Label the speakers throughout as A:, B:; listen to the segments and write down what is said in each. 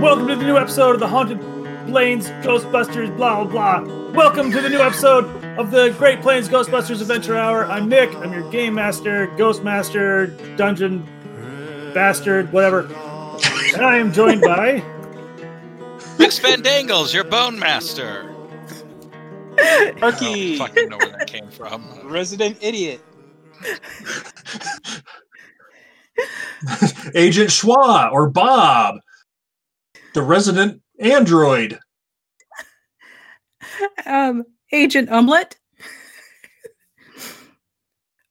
A: welcome to the new episode of the Haunted Plains Ghostbusters, blah, blah, blah. Welcome to the new episode of the Great Plains Ghostbusters Adventure Hour. I'm Nick. I'm your game master, ghost master, dungeon bastard, whatever. And I am joined by.
B: Mix Fandangles, your bone master. I
C: Turkey,
B: don't fucking know where that came from.
C: resident idiot.
D: Agent Schwa or Bob, the resident android.
E: um, Agent Umlet,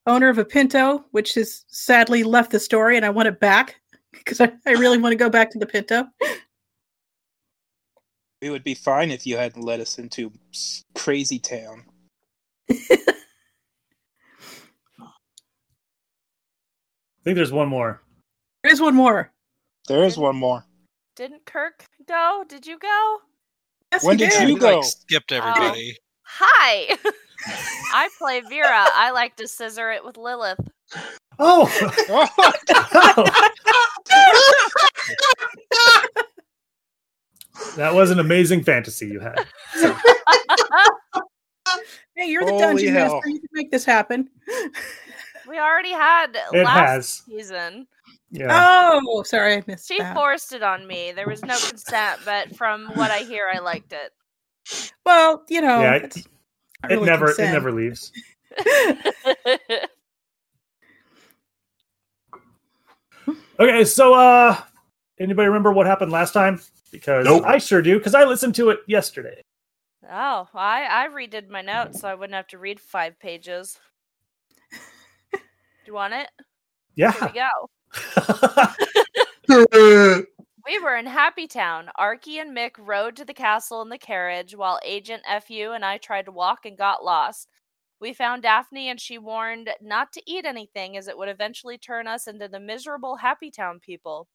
E: owner of a Pinto, which has sadly left the story, and I want it back because I, I really want to go back to the Pinto.
C: We would be fine if you hadn't led us into s- crazy town.
A: I think there's one more.
E: There's one more.
C: There is one more.
F: Didn't Kirk go? Did you go?
E: Yes,
C: When
E: he
C: did
E: did.
C: you-
B: We, like
C: go.
B: skipped everybody.
F: Hi. I play Vera. I like to scissor it with Lilith.
A: Oh! that was an amazing fantasy you had.
E: Hey, you're the
C: Holy
E: dungeon
C: hell.
E: master. You can make this happen.
F: We already had
A: It
F: last
A: has.
F: season.
A: Yeah.
E: Oh, sorry, I missed
F: She
E: that.
F: forced it on me. There was no consent, but from what I hear, I liked it.
E: Well, you know,
A: Yeah, it-
E: it's not
A: it
E: really
A: never
E: consent.
A: it never leaves. Okay, so uh anybody remember what happened last time? Because
D: Nope.
A: I sure do, because I listened to it yesterday.
F: oh, I, I redid my notes so I wouldn't have to read five pages. Do you want it? Here
A: Yeah.
F: we go. We were in Happy Town. Arky and Mick rode to the castle in the carriage while Agent FU and I tried to walk and got lost. We found Daphne and she warned not to eat anything as it would eventually turn us into the miserable Happy Town people.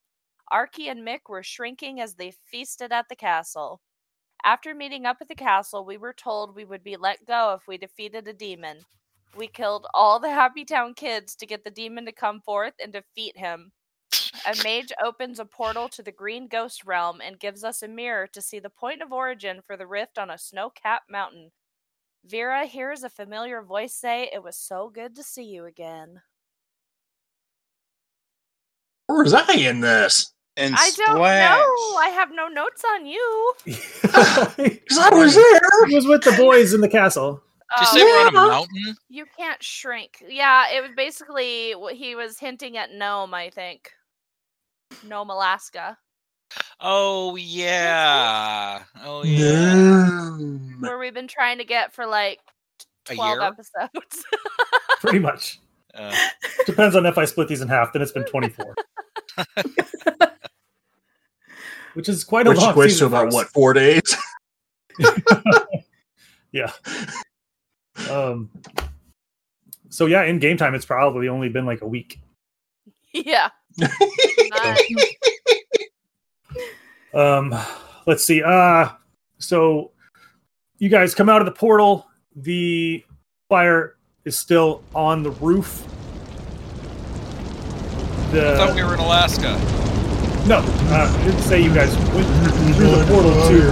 F: Arky and Mick were shrinking as they feasted at the castle. After meeting up at the castle, we were told we would be let go if we defeated a demon. We killed all the Happy Town kids to get the demon to come forth and defeat him. A mage opens a portal to the green ghost realm and gives us a mirror to see the point of origin for the rift on a snow capped mountain. Vera hears a familiar voice say, It was so good to see you again.
D: Where was I in this?
C: And
F: I don't
C: splash.
F: know. I have no notes on you.
A: he
D: 'Cause I was there.
A: was with the boys in the castle.
B: Did you
F: Oh,
B: say we're on a
D: yeah.
B: mountain?
F: you can't shrink. Yeah, it was basically what he was hinting at Nome, I think. Nome, Alaska.
B: Oh yeah. Oh yeah.
D: No.
F: Where we've been trying to get for like
B: A
F: 12
B: year?
F: episodes.
A: Pretty much.
B: Uh,
A: Depends on if I split these in half, then it's been 24. Which is quite a
D: Which
A: long
D: equates to
A: season for
D: about
A: us.
D: what four days?
A: Um, so yeah, in game time, it's probably only been like a week.
F: yeah. Not-
A: Um, let's see. Uh, so you guys come out of the portal. The fire is still on the roof.
B: I thought
A: The
B: we were in Alaska.
A: no, uh, didn't say you guys went through the portal to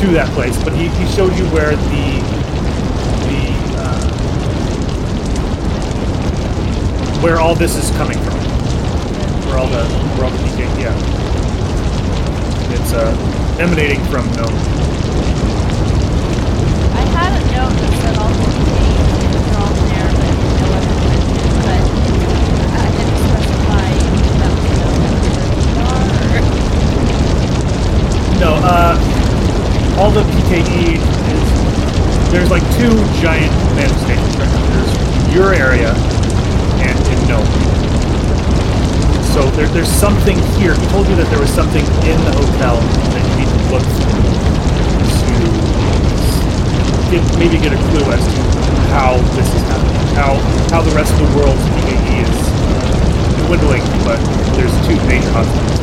A: to that place, but he, he showed you where the the uh, where all this is coming from. Where all the where all the decay, yeah, it's uh, emanating from no.
F: I had a note that said all the things are all there, but I didn't know what it was. But I didn't specify if that was the note that
A: No, uh, all the PKE is there's like two giant manifestations right now. There's your area and in Nome. So there, there's something here. He told you that there was something in the hotel that you need to look through to get, maybe get a clue as to how this is happening, how how the rest of the world's PKE E is uh, dwindling. But there's two major hotspots.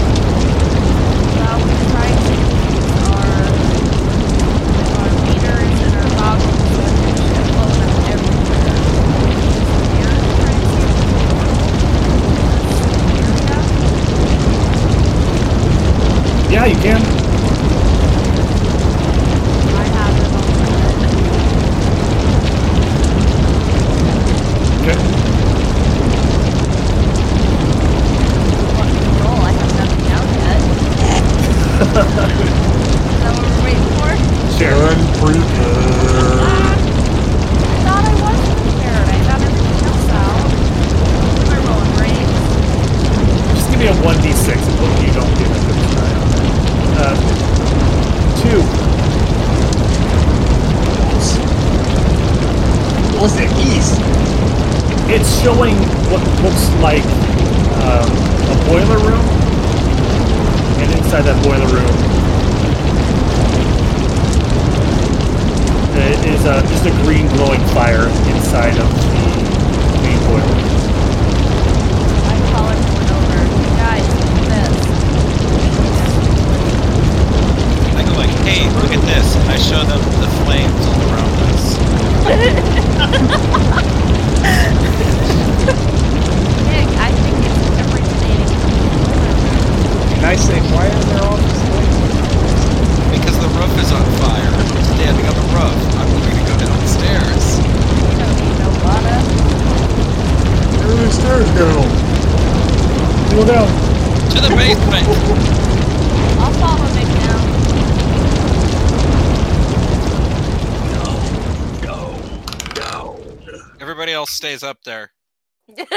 F: Well, we tried to use our, our meters and our goggles to make sure it blows up everywhere. We're trying
A: you can.
F: I have it.
A: Okay.
F: What roll? I have nothing out yet. Is that what we're waiting for?
A: Sure.
D: Unprepared.
F: Ah, I thought I was prepared. I got everything else out. Am I rolling brains?
A: Just give me a 1d6 and hope you don't get a good try on that. Uh, two.
D: What's that east?
A: It's showing what looks like um, a boiler room. And inside that boiler room there is a, just a green glowing fire inside of the main boiler.
F: I call everyone over. Guys, look at this.
B: I go like, hey, look at this. And I show them the flames all around us.
F: Nick, I think it's originating from the boiler room.
C: And I say, why are there all these lights?
B: Because the roof is on fire. I'm standing on the roof. I'm going to go downstairs.
F: We don't need no water.
D: Stairs go.
A: We'll go.
B: To the basement.
F: I'll follow Nick now.
D: Go. Go.
B: Everybody else stays up there.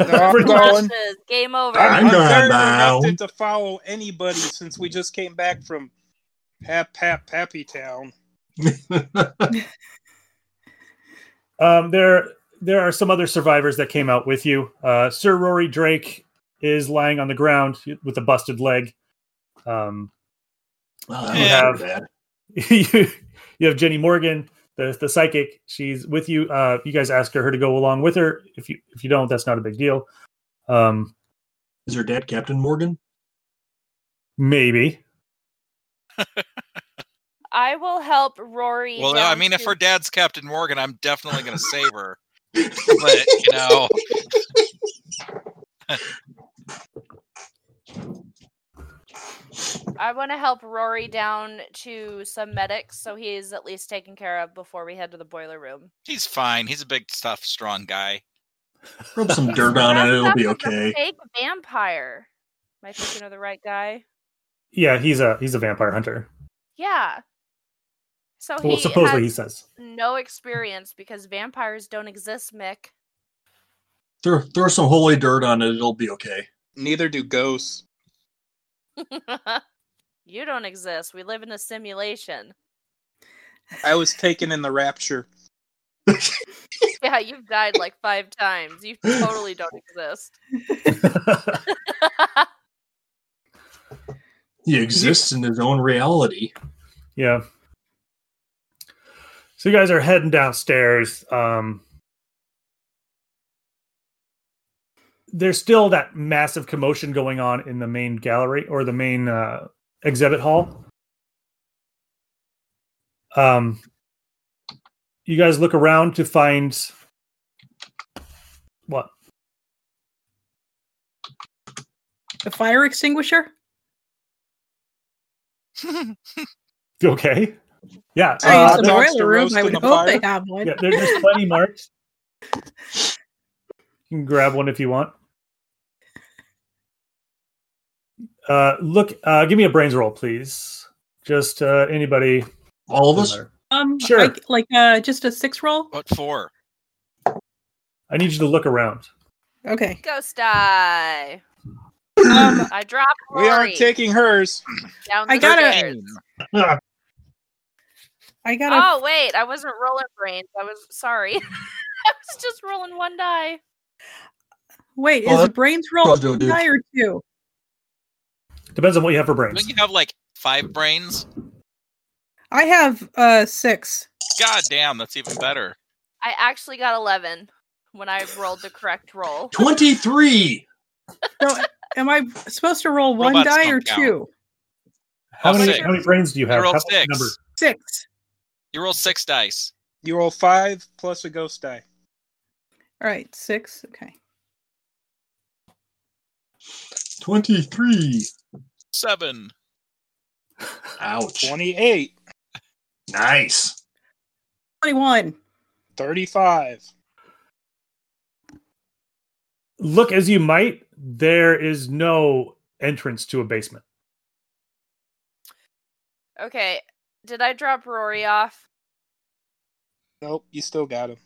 C: No, I'm going.
F: Flashes. Game over.
D: I'm
C: I'm,
D: going
C: very
D: down.
C: reluctant to follow anybody since we just came back from Pap Pap Pappy Town.
A: Um, there, there are some other survivors that came out with you. Uh, Sir Rory Drake is lying on the ground with a busted leg. Um,
D: Well, that
B: Yeah.
D: was bad.
A: you, you have Jenny Morgan, the the psychic. She's with you. Uh, you guys ask her to go along with her. If you if you don't, that's not a big deal. Um,
D: Is her dad Captain Morgan?
A: maybe.
F: I will help Rory.
B: Well,
F: down
B: I mean, if
F: to-
B: her dad's Captain Morgan, I'm definitely going to save her. But, you know,
F: I want to help Rory down to some medics so he is at least taken care of before we head to the boiler room.
B: he's fine. He's a big, tough, strong guy.
D: Rub some dirt on it. It'll be okay.
F: Fake vampire. Am I thinking of the right guy?
A: Yeah, he's a he's a vampire hunter.
F: Yeah. So
A: Well,
F: Oh, he
A: supposedly he
F: has
A: says.
F: no experience because vampires don't exist, Mick.
D: Throw, throw some holy dirt on it. It'll be okay.
C: Neither do ghosts.
F: you don't exist. We live in a simulation.
C: I was taken in the rapture.
F: Yeah, you've died like five times. You totally don't exist.
D: He exists in his own reality.
A: Yeah. So you guys are heading downstairs. Um, there's still that massive commotion going on in the main gallery or the main uh, exhibit hall. Um, you guys look around to find what?
E: The fire extinguisher?
A: Okay. Yeah.
E: I
C: Uh,
E: use the
C: dogs to
E: boiler room.
C: roast
E: I
C: in
E: would
C: the
E: hope
C: fire?
E: they have one.
A: yeah there's just plenty marks. You can grab one if you want. Uh, look, uh, give me a brains roll, please. Just uh, anybody.
D: All of us.
A: doesn't matter.
E: Um,
A: Sure.
E: like, like uh, just a six roll.
B: What for?
A: I need you to look around.
E: Okay.
F: Ghost die.
E: Um,
F: I dropped Rory
C: We aren't taking hers.
F: down the
E: I gotta-
F: stairs.
E: I got a
F: Oh wait, I wasn't rolling brains. I was sorry. I was just rolling one die.
E: wait.
D: Oh,
E: Is the
D: that-
E: brains roll
D: Oh, dude,
E: one
D: dude.
E: die or two?
A: Depends on what you have for brains.
B: Don't you have like five brains?
E: I have uh six.
B: God damn, that's even better.
F: I actually got eleven when I rolled the correct roll.
D: 23.
E: So am I supposed to roll one
B: Robots
E: die
B: don't
E: or
B: count.
E: two?
A: How
B: Oh,
A: many
B: six.
A: how many brains do you
B: I
A: have?
B: rolled
A: How many
B: six.
A: numbers?
E: Six.
B: You roll six dice.
C: You roll five plus a ghost die.
E: All right, six. Okay.
D: 23.
B: Seven.
D: Ouch.
C: 28,
D: Nice.
E: 21.
C: 35.
A: Look as you might, there is no entrance to a basement.
F: Okay. Did I drop Rory off?
C: Nope, you still got him.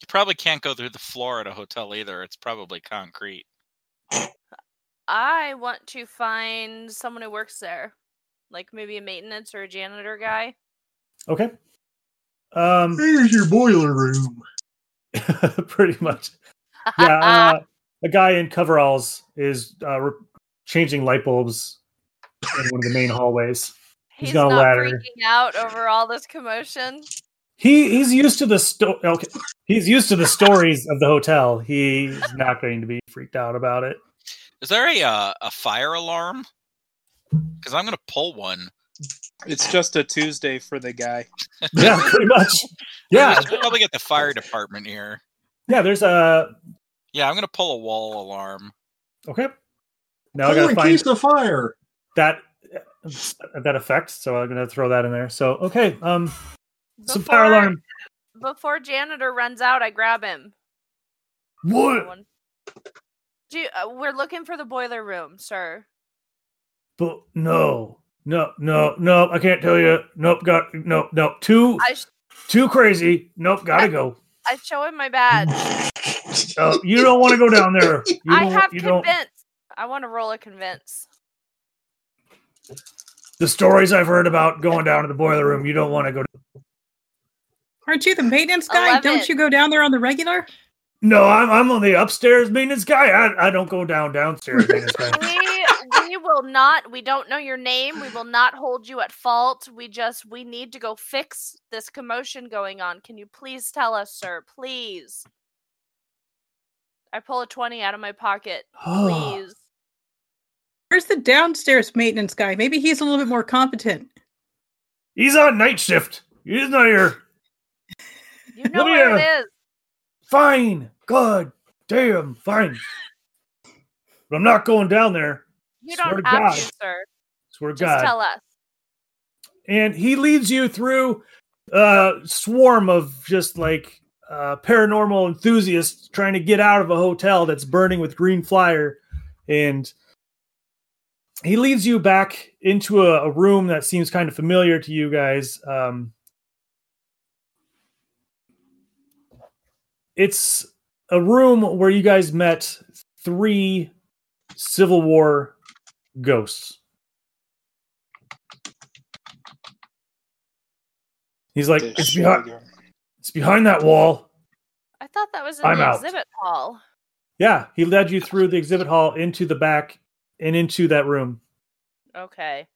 B: You probably can't go through the floor at a hotel either. It's probably concrete.
F: I want to find someone who works there. Like maybe a maintenance or a janitor guy.
A: Okay. Um,
D: Here's your boiler room.
A: pretty much. Yeah, uh, a guy in coveralls is uh, re- changing light bulbs in one of the main hallways.
F: He's,
A: he's got
F: not
A: a ladder.
F: freaking out over all this commotion.
A: He he's used to the sto- okay. He's used to the stories of the hotel. He's not going to be freaked out about it.
B: Is there a uh, a fire alarm? Because I'm gonna pull one.
C: It's just a Tuesday for the guy.
A: Yeah, pretty much. Yeah,
B: We should probably get the fire department here.
A: yeah. There's a
B: Yeah, I'm gonna pull a wall alarm.
A: okay. Now I
D: Oh,
A: gotta
D: in
A: find
D: case of fire.
A: that uh, that effect. So I'm gonna throw that in there. So okay, um, some
F: Before-
A: fire alarm.
F: Before janitor runs out, I grab him.
A: What?
F: One- Do you- uh, we're looking for the boiler room, sir.
A: But no, no, no, no. I can't tell you. Nope. Got nope. Nope. Too
F: I sh-
A: too crazy. Nope. Gotta go.
F: I show him my badge.
A: Uh, you don't want to go down there. You
F: I
A: don't-
F: have
A: you
F: convinced.
A: don't.
F: I want to roll a convince.
A: The stories I've heard about going down to the boiler room. You don't want to go.
E: Aren't you the maintenance guy? Don't
F: 11.
E: you go down there on the regular?
A: No, I'm I'm on the upstairs maintenance guy. I, I don't go down downstairs maintenance guy.
F: we we will not we don't know your name we will not hold you at fault we just we need to go fix this commotion going on can you please tell us sir please i pull a 20 out of my pocket please
E: Where's the downstairs maintenance guy? Maybe he's a little bit more competent.
A: He's on night shift. He's not here.
F: you know
A: me,
F: where
A: uh,
F: it is
A: Fine. God damn. Fine. But I'm not going down there.
F: you
A: swear
F: don't
A: to
F: have
A: God.
F: to sir
A: Swear to
F: just
A: God.
F: tell us
A: and he leads you through a swarm of just like uh, paranormal enthusiasts trying to get out of a hotel that's burning with green flyer and he leads you back into a, a room that seems kind of familiar to you guys um, it's a room where you guys met three civil war ghosts he's like
C: This
A: it's behind
C: sugar.
A: It's behind that wall.
F: i thought that was in
A: I'm
F: the
A: out.
F: exhibit hall
A: Yeah, he led you through the exhibit hall into the back and into that room.
F: okay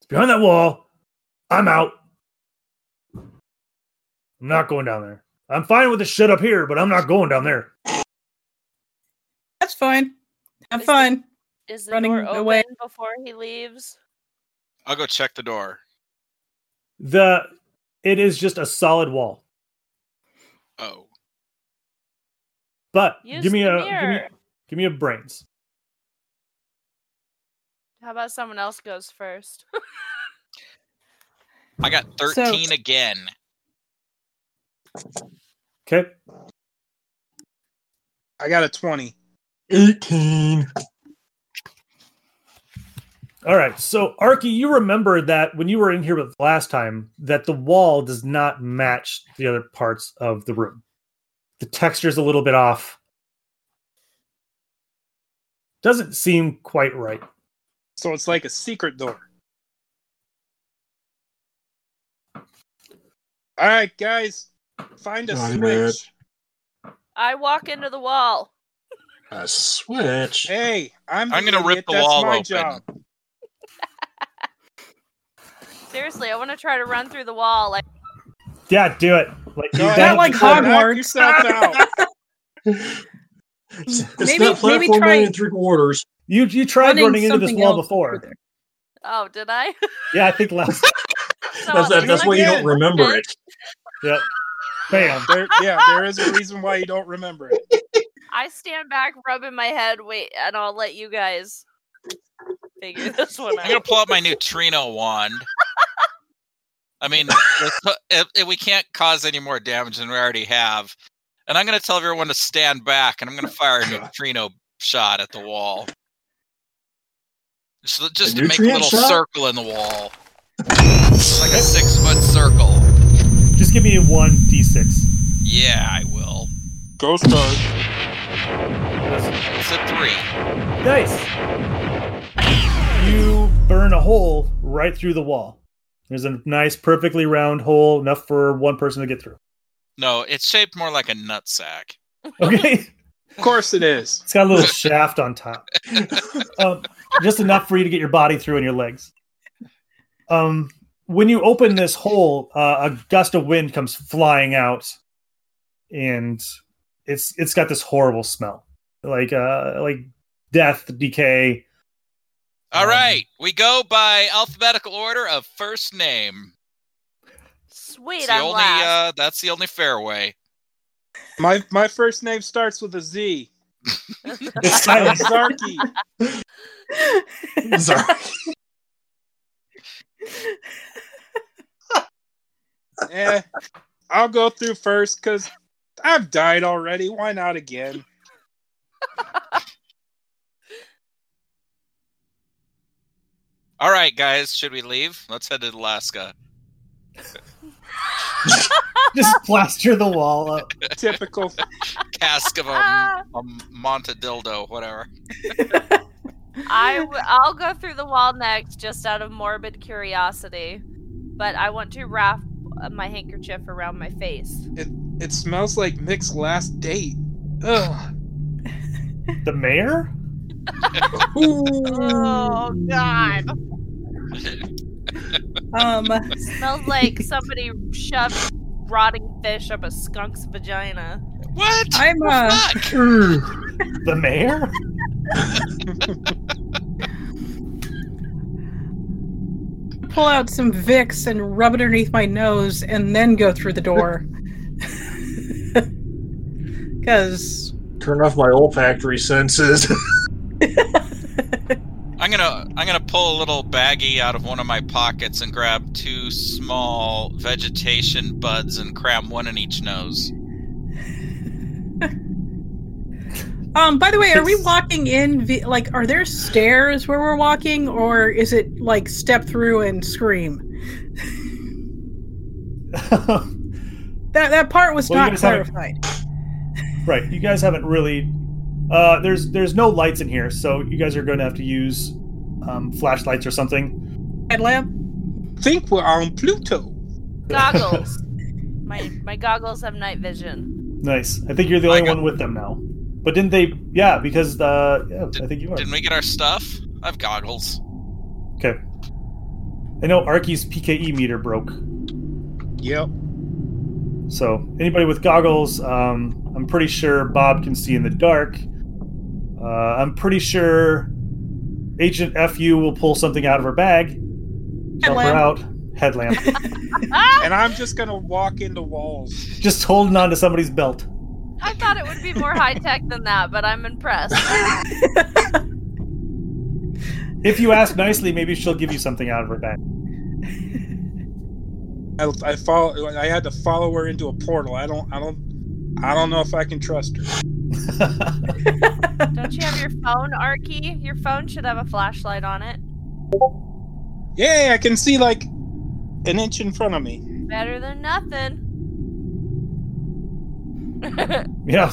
A: It's behind that wall. I'm out. I'm not going down there. I'm fine with the shit up here, but I'm not going down there.
E: That's fine. Have
F: Is the-
E: fun.
F: is the
E: Running
F: door open
E: away.
F: before he leaves
B: I'll go check the door.
A: The it is just a solid wall.
B: Oh,
A: But
F: Use
A: give me
F: the
A: a give me,
F: mirror.
A: give me a brains.
F: how about someone else goes first
B: I got 13 again.
A: Okay.
C: I got a 20.
D: 18.
A: All right. So Arky, you remember that when you were in here with last time, that the wall does not match the other parts of the room. The texture's a little bit off. Doesn't seem quite right.
C: So it's like a secret door. All right, guys, find a
D: Not
C: switch.
D: bad.
F: i walk into the wall
D: A switch.
C: Hey, I'm.
B: I'm gonna
C: idiot.
B: rip the
C: That's
B: wall
C: my
B: open.
C: Job.
F: seriously i want to try to run through the wall like
A: Yeah, do it. Like you
C: Go ahead.
A: don't-
E: Not like
C: Knock
E: Hogwarts.
C: yourself out.
D: It's
E: Mm, Maybe-
D: not
E: maybe
D: platform
E: try
D: nine and three quarters.
A: you you tried running, into this
E: something
A: wall
E: else over
A: before.
E: there.
F: oh did i
A: Yeah, I think last
F: So
D: That's, that,
F: I'm
D: that's
F: like,
D: why you
C: again.
D: don't remember it.
A: yep. Bam.
C: There, yeah, there is a reason why you don't remember it.
F: I stand back, rubbing my head, wait, and I'll let you guys. figure this one
B: I'm gonna
F: out.
B: pull out my neutrino wand. I mean, let's put- if, if we can't cause any more damage than we already have, and I'm gonna tell everyone to stand back, and I'm gonna fire a neutrino shot at the wall. Just, just to make a
D: nutrient
B: little
D: shot?
B: circle in the wall, like a six foot circle.
A: Just give me one d6.
B: Yeah, I will.
C: Ghost Guard.
B: It's a three.
A: Nice. You burn a hole right through the wall. There's a nice, perfectly round hole, enough for one person to get through.
B: No, it's shaped more like a nutsack.
A: Okay,
C: Of course it is.
A: it's got a little shaft on top, um, just enough for you to get your body through and your legs. Um, when you open this hole, uh, a gust of wind comes flying out, and it's it's got this horrible smell, like uh, like death, decay.
B: All
A: Um,
B: right, we go by alphabetical order of first name. It's
F: Sweet,
B: the
F: I'm
B: only
F: last.
B: uh, that's the only fairway.
C: My my first name starts with a Z.
A: It's
C: I'm
A: silent.
C: Zarky.
D: Sorry.
C: eh, I'll go through first because I've died already. Why not again?
B: All right, guys, should we leave? Let's head to Alaska.
A: just plaster the wall up.
C: Typical.
D: uh,
B: Cask of a,
F: Ah.
D: um,
B: a Montadildo, whatever.
F: I w- I'll go through the wall next, just out of morbid curiosity. But I want to wrap uh, my handkerchief around my face.
C: It smells like Mick's last date. Ugh.
A: The mayor?
F: Oh God!
E: Um,
F: Smells like somebody shoved rotting fish up a skunk's vagina.
B: What?
E: I'm uh,
B: Fuck!
A: The mayor?
E: pull out some Vicks and rub it underneath my nose, and then go through the door. Because
D: Turn off my olfactory senses.
B: I'm gonna I'm gonna pull a little baggie out of one of my pockets and grab two small vegetation buds and cram one in each nose.
E: Um, by the way, are we walking in? vi- Like, are there stairs where we're walking, or is it like step through and scream? That that part was
A: Well, you
E: not
A: guys haven't-
E: clarified.
A: right. You guys haven't really. Uh, there's there's no lights in here, so you guys are going to have to use um, flashlights or something.
E: Headlamp.
C: Think we're on Pluto.
F: Goggles. my my goggles have night vision.
A: Nice. I think you're the
B: I
A: only
B: got-
A: one with them now. But didn't they? Yeah, because uh, yeah, I think you are.
B: Didn't we get our stuff? I've goggles.
A: Okay. I know Arky's PKE meter broke,
C: Yep.
A: so anybody with goggles, um, I'm pretty sure Bob can see in the dark. Uh, I'm pretty sure Agent FU will pull something out of her bag. Help her
E: Headlamp.
A: out. Headlamp.
F: Ah!
C: And I'm just gonna walk into walls.
A: Just holding on to somebody's belt.
F: I thought it would be more high tech than that, but I'm impressed.
A: If you ask nicely, maybe she'll give you something out of her bag.
C: I, I follow. I had to follow her into a portal. I don't. I don't. I don't know if I can trust her.
F: Don't you have your phone, Arky? Your phone should have a flashlight on it.
C: Yeah, I can see like an inch in front of me.
F: Better than nothing.
A: yeah.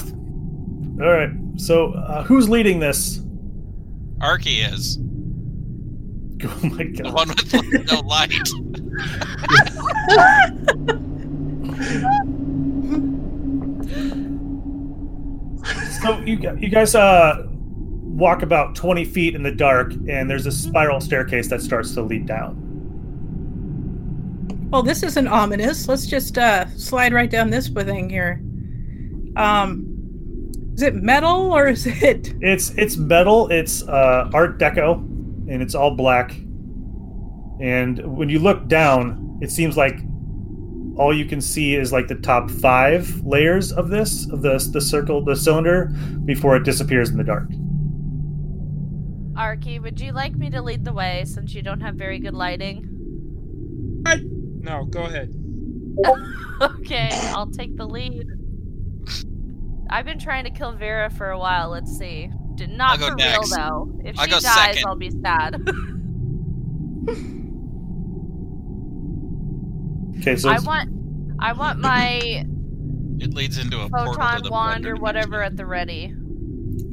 A: All right. So, uh, who's leading this?
B: Arky is
A: Oh my
B: the
A: god.
B: one with no light.
A: So you gu- you guys uh walk about twenty feet in the dark, and there's a spiral staircase that starts to lead down.
E: Well, Oh, this isn't ominous. Let's just uh, slide right down this thing here. Um, is it metal or is it?
A: It's it's metal. It's uh, Art Deco, and it's all black. And when you look down, it seems like all you can see is like the top five layers of this of the the circle the cylinder before it disappears in the dark.
F: Arky, would you like me to lead the way since you don't have very good lighting?
C: No, go ahead.
F: Okay, I'll take the lead. I've been trying to kill Vera for a while. Let's see. Did not
B: I'll go
F: for
B: next.
F: real though. If
B: I'll
F: she
B: go
F: dies,
B: second.
F: I'll be sad.
A: Okay, so
F: I
A: it's-
F: want, I want my
B: It leads into a portal to
F: photon
B: the
F: wand
B: blender
F: or
B: dimension.
F: whatever at the ready.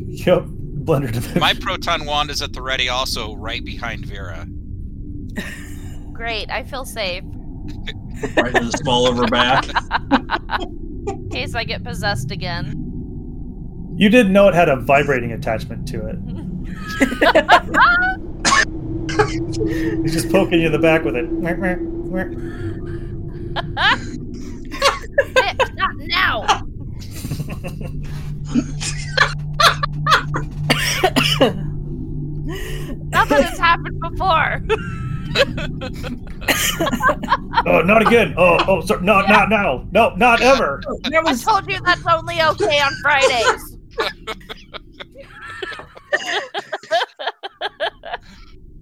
A: yep, blender dimension.
B: My proton wand is at the ready, also right behind Vera.
F: Great, I feel safe.
D: right in the small of her back.
F: In case I get possessed again.
A: You didn't know it had a vibrating attachment to it. He's just poking you in the back with it.
F: Nick, Eh, not now. Nothing has happened before.
A: Oh, not again. Oh, oh, so, no, not now. No, not ever.
E: That
F: I
E: was
F: told you that's only okay on Fridays.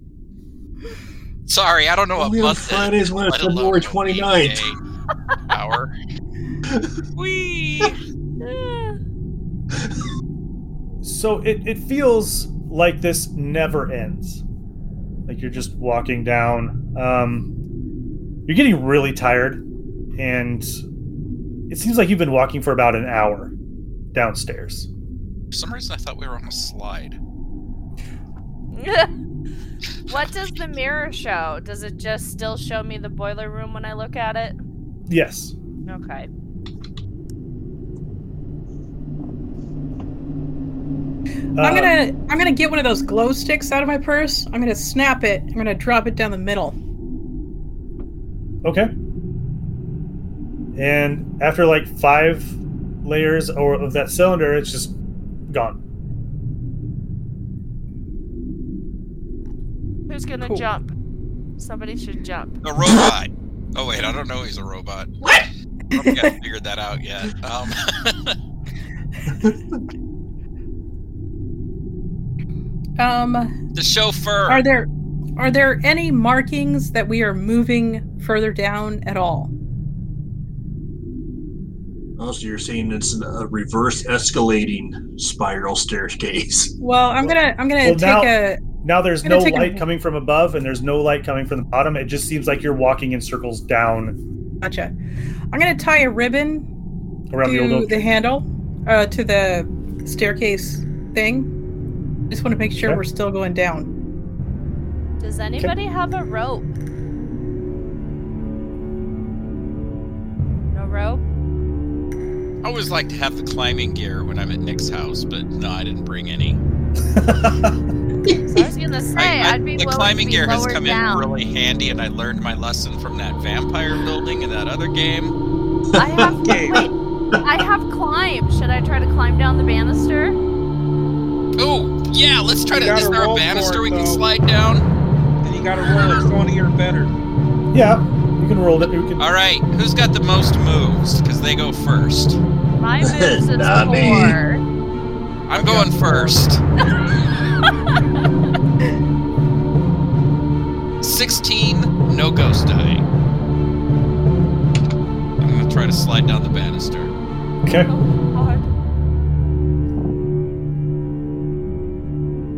B: Sorry, I don't
E: Oh,
B: know what
D: Only on
B: month it is,
D: Fridays when
B: let
D: it's
B: alone
D: February
B: a
D: 29th.
B: weekday Hour. Wee.
A: So it, it feels like this never ends. Like you're just walking down. Um, you're getting really tired, and it seems like you've been walking for about an hour downstairs.
B: For some reason, I thought we were on a slide.
F: what does the mirror show? Does it just still show me the boiler room when I look at it?
A: Yes.
F: Okay.
E: I'm gonna
A: Um,
E: I'm gonna get one of those glow sticks out of my purse. I'm gonna snap it. I'm gonna drop it down the middle.
A: Um, Okay. And after like five layers or of that cylinder, it's just gone.
F: Who's gonna
E: Cool.
F: jump? Somebody should jump.
B: A robot. Oh wait, I don't know he's a robot. What? I don't think I figured that out yet. Um,
E: Um,
B: the chauffeur.
E: are there are there any markings that we are moving further down at all?
D: Also, you're seeing it's a reverse escalating spiral staircase.
E: Well, I'm gonna I'm
A: Well,
E: gonna take
A: now-
E: a
A: Now there's
E: I'm gonna
A: no
E: take a-
A: light coming from above and there's no light coming from the bottom. It just seems like you're walking in circles down
E: gotcha. I'm gonna tie a ribbon
A: around the old
E: to
A: oak.
E: the handle, uh, to the staircase thing. Just want to make sure
A: Okay.
E: we're still going down.
F: Does anybody have a rope? No rope?
B: I always like to have the climbing gear when I'm at Nick's house, but no, I didn't bring any.
F: I was gonna say
B: I- I-
F: would be
B: the
F: willing
B: climbing
F: to be
B: gear has
F: lowered
B: come
F: down.
B: in really handy, and I learned my lesson from that vampire building in that other game.
F: I have
C: Game.
F: wait, I have climb. Should I try to climb down the banister?
B: Oh yeah, let's try
C: You
B: to. Is
C: gotta
B: there a
C: roll for
B: banister
C: it,
B: we can
C: though.
B: slide down?
C: And you gotta roll a 20 or better.
A: yeah, you can roll it. You can,
B: All right, who's got the most moves? Because they go first.
F: My moves is
D: Not me.
F: four.
B: I'm going first. 16, no ghost dying. I'm gonna try to slide down the banister.
A: okay.
F: God.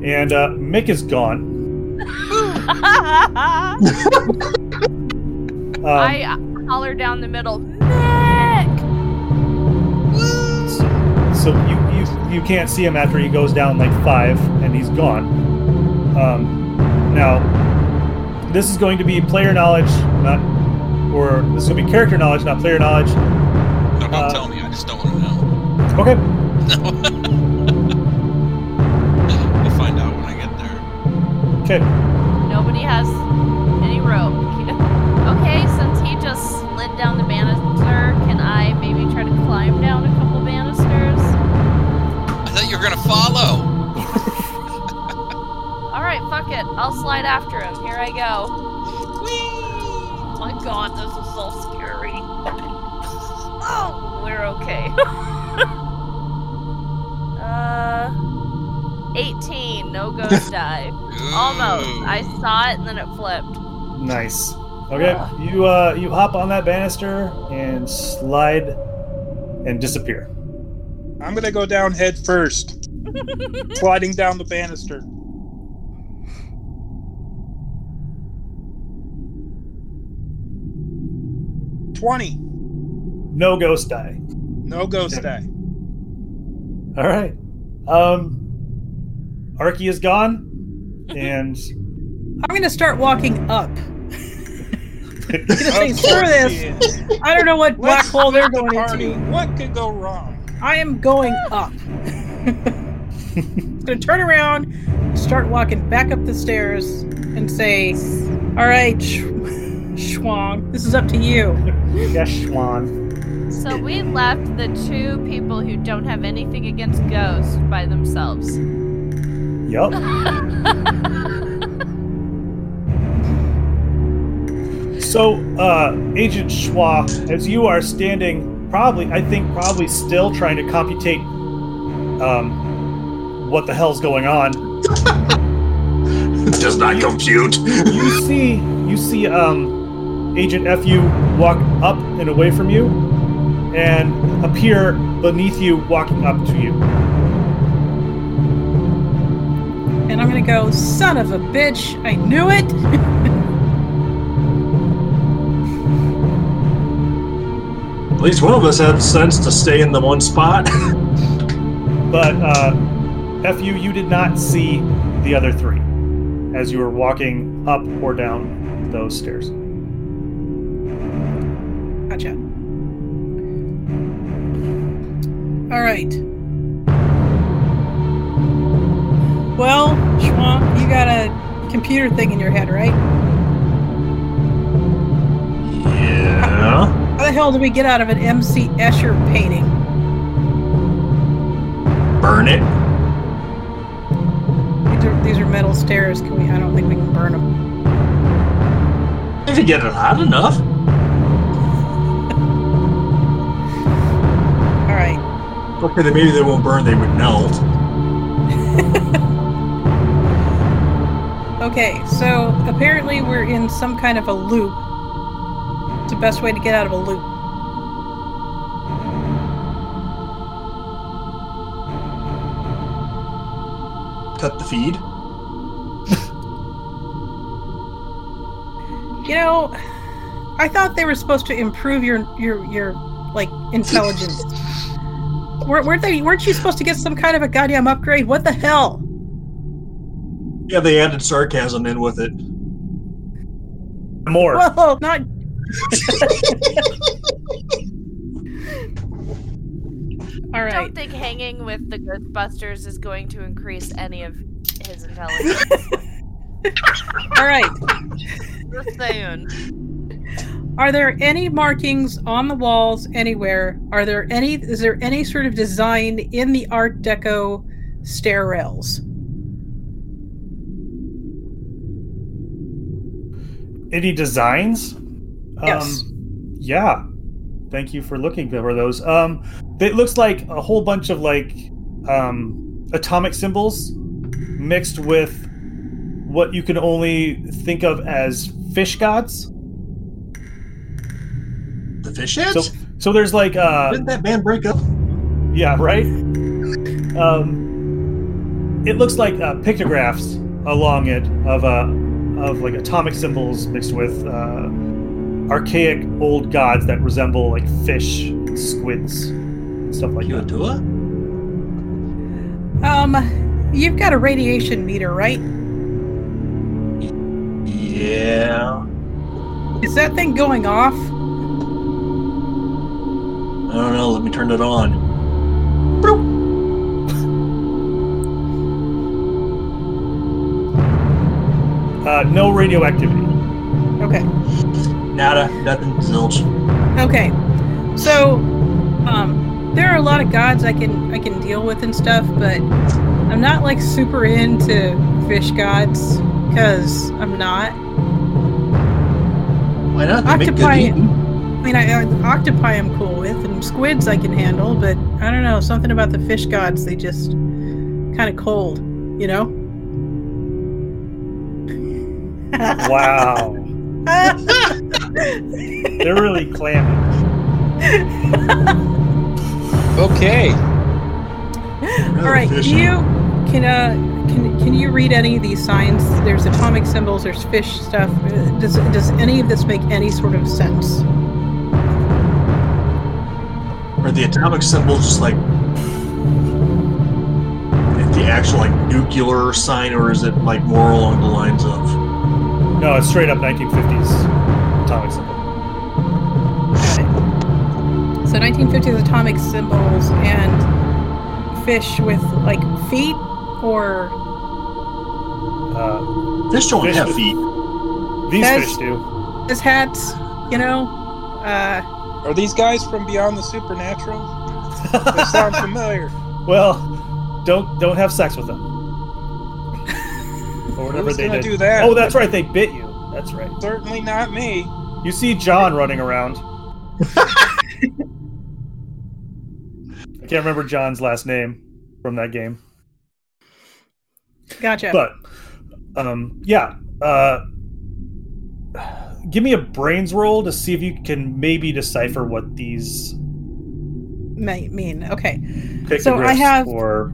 A: And uh, Mick is gone.
F: Oh,
A: Um,
F: I uh, holler down the middle. Mick!
A: so you, you you can't see him after he goes down like five and he's gone. Um, now, this is going to be player knowledge, not or this will be character knowledge, not player knowledge.
B: No, don't
A: Uh,
B: tell me, I just don't wanna know.
A: Okay,
B: We'll find out when I get there.
A: okay.
F: Nobody has any rope. Okay, since he just slid down the banister, can I maybe try to climb down a couple banisters?
B: I thought you were gonna follow!
F: All right, fuck it. I'll slide after him. Here I go. Oh my god, this is so scary. Oh, we're okay. uh, 18. No go almost die. Almost.
B: Ooh.
F: I saw it and then it flipped.
A: Nice. Okay, you uh, you hop on that banister and slide and disappear.
C: I'm gonna go down head first, sliding down the banister. Twenty,
A: No ghost die.
C: no ghost die.
A: All right. Um, Arky is gone, and
E: I'm gonna start walking up.
C: Of
E: Say,
C: course
E: screw this.
A: Oh,
C: he is.
E: I don't know what black
C: Let's
E: hole they're
C: the
E: going
C: party.
E: into.
C: What could go wrong?
E: I am going up. gonna turn around, start walking back up the stairs, and say, "All right, Sh- Schwang, this is up to you."
A: yes, Schwan.
F: So we left the two people who don't have anything against ghosts by themselves.
A: Yup. so, uh, Agent Schwa, as you are standing, probably, I think, probably still trying to computate um, what the hell's going on,
D: Does not compute.
A: you see you see um, agent fu walk up and away from you and appear beneath you walking up to you
E: And I'm gonna go, "Son of a bitch! I knew it."
D: At least one of us had sense to stay in the one spot.
A: but uh, fu you did not see the other three as you were walking up or down those stairs
E: Gotcha. All right. Well, Schwamp, you got a computer thing in your head, right?
D: yeah.
E: How the hell do we get out of an M.C. Escher painting?
D: Burn it.
E: These are, these are metal stairs. Can we? I don't think we can burn them.
D: If you get it hot enough.
E: All right.
D: Okay, then maybe they won't burn, they would melt.
E: Okay. So apparently we're in some kind of a loop. It's the best way to get out of a loop.
D: Cut the feed.
E: You know, I thought they were supposed to improve your your your like intelligence. Weren't, weren't they? Weren't you supposed to get some kind of a goddamn upgrade? What the hell?
D: Yeah, they added sarcasm in with it.
A: more
E: Whoa! Not. All
F: I
E: right.
F: don't think hanging with the Ghostbusters is going to increase any of his intelligence.
E: All right.
F: Just saying.
E: Are there any markings on the walls anywhere? Are there any? Is there any sort of design in the Art Deco stair rails?
A: any designs
E: Yes.
A: um, yeah thank you for looking for those um it looks like a whole bunch of like um atomic symbols mixed with what you can only think of as fish gods
D: The fish heads?
A: so so there's like uh
D: Didn't that band break up?
A: yeah right um it looks like uh, pictographs along it of uh of like atomic symbols mixed with uh archaic old gods that resemble like fish and squids and stuff like that
D: Kyotoa?
E: Um, you've got a radiation meter, right?
D: Yeah.
E: Is that thing going off?
D: I don't know, let me turn it on.
A: uh no radioactivity
E: Okay.
D: Nada, nothing, zilch.
E: Okay. So, um, there are a lot of gods I can I can deal with and stuff, but I'm not like super into fish gods because I'm not.
D: Why not? They make good
E: Octopi-
D: eating.
E: I mean, I, I octopi I'm cool with, and squids I can handle, but I don't know something about the fish gods. They just kind of cold, you know.
A: Wow. They're really clammy.
C: Okay.
E: All right, you can uh can can you read any of these signs? There's atomic symbols. There's fish stuff. Uh, Does does any of this make any sort of sense?
D: Are the atomic symbols just like the actual like nuclear sign, or is it like more along the lines of
A: No, it's straight up 1950s atomic symbol.
E: So 1950s atomic symbols and fish with like feet or
A: Uh,
D: fish don't
A: Fish
D: have
A: with-
D: feet?
A: these
E: Guys-
A: fish do.
E: as hats, you know. Uh,
C: Are these guys from Beyond the Supernatural? They sound familiar.
A: well, don't don't have sex with them. Or whatever
C: Who's
A: they
C: gonna
A: did.
C: do that?
A: Oh, that's right. They bit you. That's right.
C: Certainly not me.
A: You see John running around. I can't remember John's last name from that game.
E: gotcha.
A: But um, yeah, uh, give me a brains roll to see if you can maybe decipher what these
E: May, mean okay.
A: pictographs
E: So I have-
A: or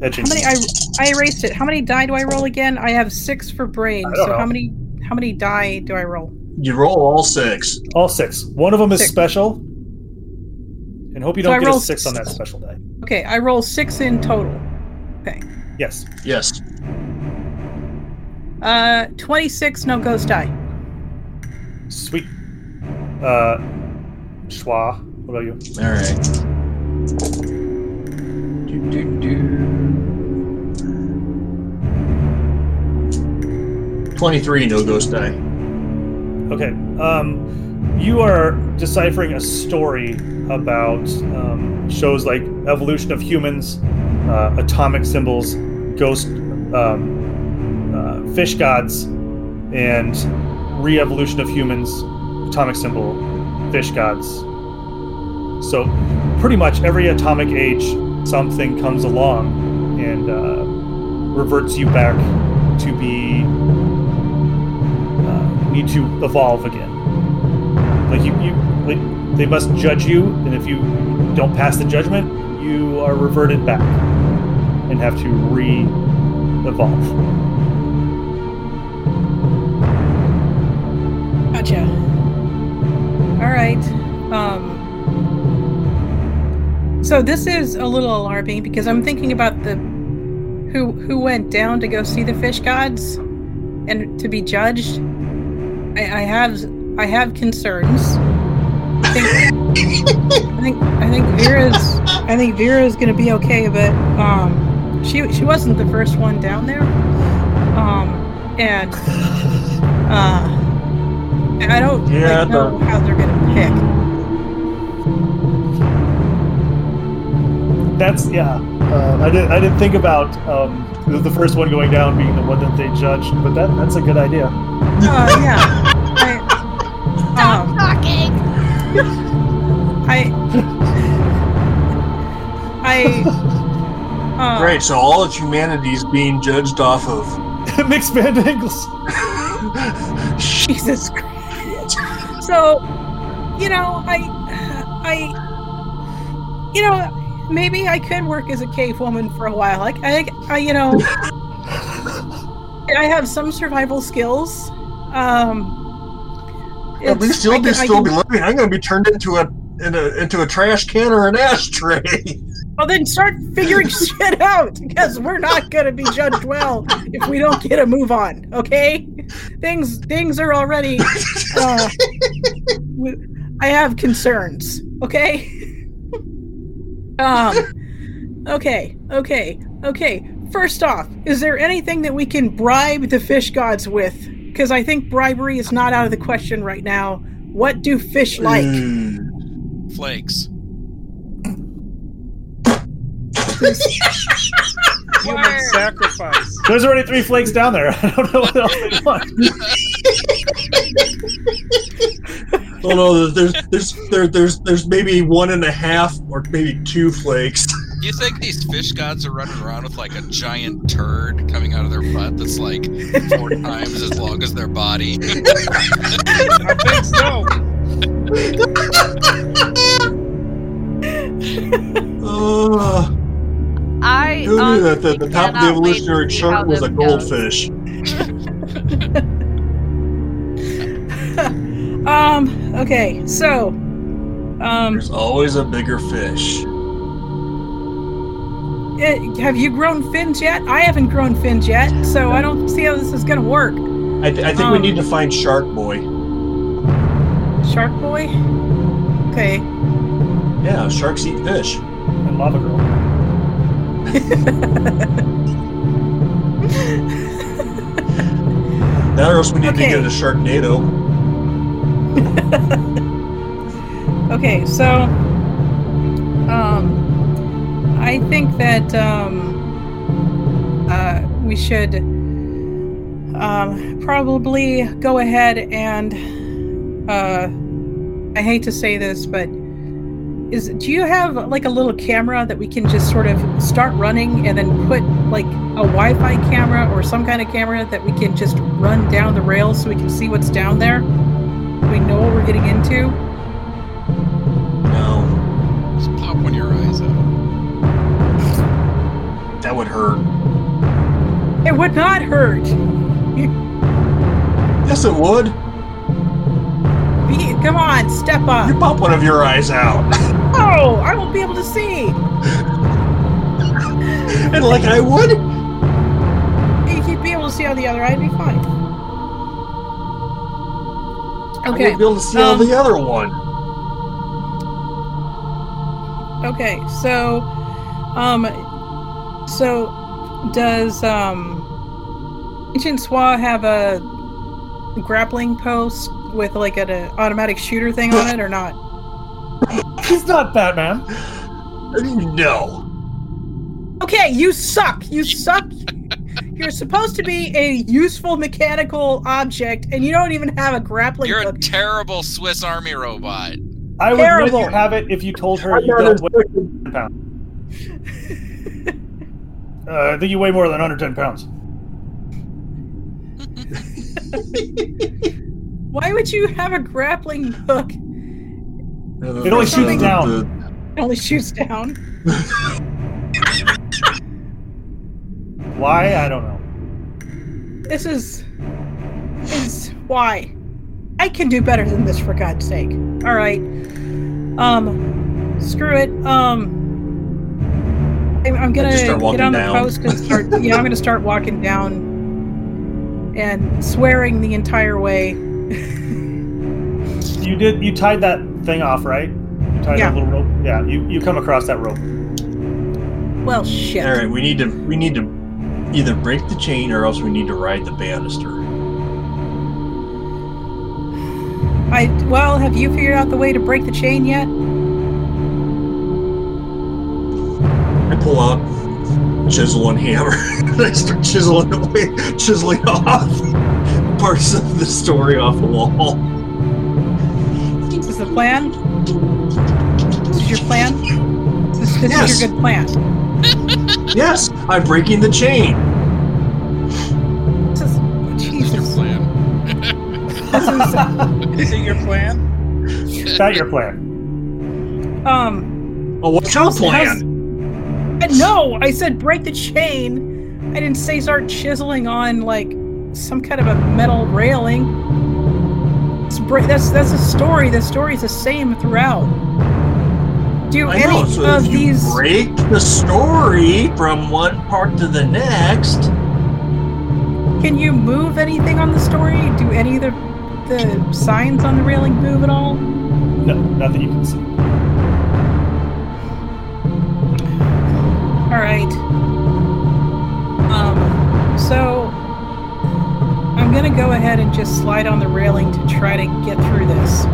E: How
A: etchings.
E: many? I I erased it. How many die do I roll again? I have six for brain.
A: I don't
E: So
A: know.
E: how many? How many die do I roll?
D: You roll all six.
A: All six. One of them is
E: Six.
A: special. And hope you
E: So
A: don't
E: I
A: get a
E: rolled
A: six on that
E: six.
A: special die.
E: Okay, I roll six in total.
A: Yes.
D: Yes.
E: Uh, twenty-six. No ghost die.
A: Sweet. Uh, Schwa, what about you?
D: All right. Do, do, do. Twenty-three, no ghost die.
A: Okay. Um, you are deciphering a story about um, shows like evolution of humans, uh, atomic symbols, ghost, um, uh, fish gods, and re-evolution of humans, atomic symbol, fish gods. So, pretty much every atomic age, something comes along and uh, reverts you back to be uh, need to evolve again. Like you, you like, they must judge you, and if you don't pass the judgment, you are reverted back and have to re-evolve.
E: Gotcha. All right. Um, so this is a little alarming because I'm thinking about the who who went down to go see the fish gods and to be judged. I, I have I have concerns. I think, I think I think Vera's I think Vera's gonna be okay, but um, she she wasn't the first one down there. Um, and uh. I don't like,
D: Yeah, the-
E: know how they're gonna pick.
A: That's yeah. Uh, I did. I didn't think about um, the- the first one going down being the one that they judged, but that that's a good idea.
E: Uh, yeah. I,
F: Stop
E: um,
F: talking.
E: I. I. Uh,
D: Great. So all of humanity is being judged off of.
A: Mixed angles.
E: Jesus Christ. So, you know, I, I, you know, maybe I could work as a cave woman for a while. Like, I, I you know, I have some survival skills. Um,
D: At
E: it's-
D: least you'll
E: I
D: be
E: can- I
D: still be
E: can-
D: living. I'm going to be turned into a, in a into a trash can or an ashtray.
E: Well, then start figuring shit out because we're not going to be judged well if we don't get a move on. Okay, things things are already. Uh, we- I have concerns. Okay. Um. Okay. Okay. Okay. First off, is there anything that we can bribe the fish gods with? Because I think bribery is not out of the question right now. What do fish like?
D: Mm.
B: Flakes.
C: Human
F: Word.
C: sacrifice.
A: There's already three flakes down there. I don't know what else they want.
D: Oh no, there's there's there, there's there's maybe one and a half or maybe two flakes.
B: Do you think these fish gods are running around with like a giant turd coming out of their butt that's like four times as long as their body?
C: I think so.
D: Uh,
F: I
D: who knew that
F: honestly
D: the, the top of
F: Um,
D: the
F: cannot wait to
D: evolutionary
F: see how
D: chart was a
F: this goes.
D: goldfish?
E: Um. Okay. So. Um.
D: There's always a bigger fish.
E: eh, have you grown fins yet? I haven't grown fins yet, so I don't see how this is gonna work.
D: I, th- I think we
E: Um,
D: need to find Shark Boy.
E: Shark boy. Okay.
D: Yeah, sharks eat fish.
A: And Lava Girl.
D: Now, or else we need
E: Okay.
D: to get a Sharknado.
E: Okay. So. Um. I think that um. Uh, we should. Um. Probably go ahead and. Uh. I hate to say this, but is do you have like a little camera that we can just sort of start running and then put like a Wi-Fi camera or some kind of camera that we can just run down the rails so we can see what's down there? We know what we're getting into.
D: No,
B: Just pop one of your eyes out.
D: that would hurt.
E: It would not hurt.
D: Yes, it would.
E: Be, come on, step
D: You
E: up.
D: pop one of your eyes out,
E: Oh, I won't be able to see.
D: and like I would.
E: If you'd be able to see on the other eye, it'd be fine.
D: I
E: Okay.
D: would be able to see all
E: um,
D: the other one.
E: Okay, so, um, so does um, Ancient Swa have a grappling post with like an uh, automatic shooter thing on it or not?
A: He's not Batman.
D: No.
E: Okay, you suck. You suck. You're supposed to be a useful mechanical object, and you don't even have a grappling
B: You're a
E: hook.
B: terrible Swiss Army robot.
A: I would
E: Terrible.
A: let you have it if you told her
D: I'm
A: you
D: not
A: dealt
D: as
A: with 10 pounds. Uh, I think you weigh more than 110 pounds.
E: Why would you have a grappling hook?
A: It only shoots down.
E: It only shoots down.
A: Why? I don't know.
E: This is is why I can do better than this for God's sake. All right. Um, screw it. Um, I'm, I'm gonna
D: just start
E: get
D: walking
E: on
D: down.
E: the post and start. yeah, I'm gonna start walking down and swearing the entire way.
A: You did. You tied that thing off, right? You tied
E: Yeah.
A: that little rope. Yeah. You you come across that rope.
E: Well, shit.
D: All right, we need to we need to either break the chain or else we need to ride the banister.
E: I well, have you figured out the way to break the chain yet?
D: I pull up, chisel and hammer, and I start chiseling away, chiseling off parts of the story off the wall.
E: This is the plan. This is your plan. This, this
D: Yes.
E: is your good plan.
D: Yes, I'm breaking the chain.
E: This is
B: That's your
E: Jesus.
B: plan.
E: This is
C: Is it your plan?
A: that your plan?
E: um.
D: Oh, what's your
E: how's-
D: plan?
E: how's- Uh, No, I said break the chain. I didn't say start chiseling on like some kind of a metal railing. It's br- that's that's a story. The story is the same throughout. Do
D: I
E: any
D: know. So
E: of
D: if you
E: these?
D: break the story from one part to the next.
E: Can you move anything on the story? Do any of the the signs on the railing move at all?
A: No, not that you can see.
E: All right. Um, so I'm gonna go ahead and just slide on the railing to try to get through this,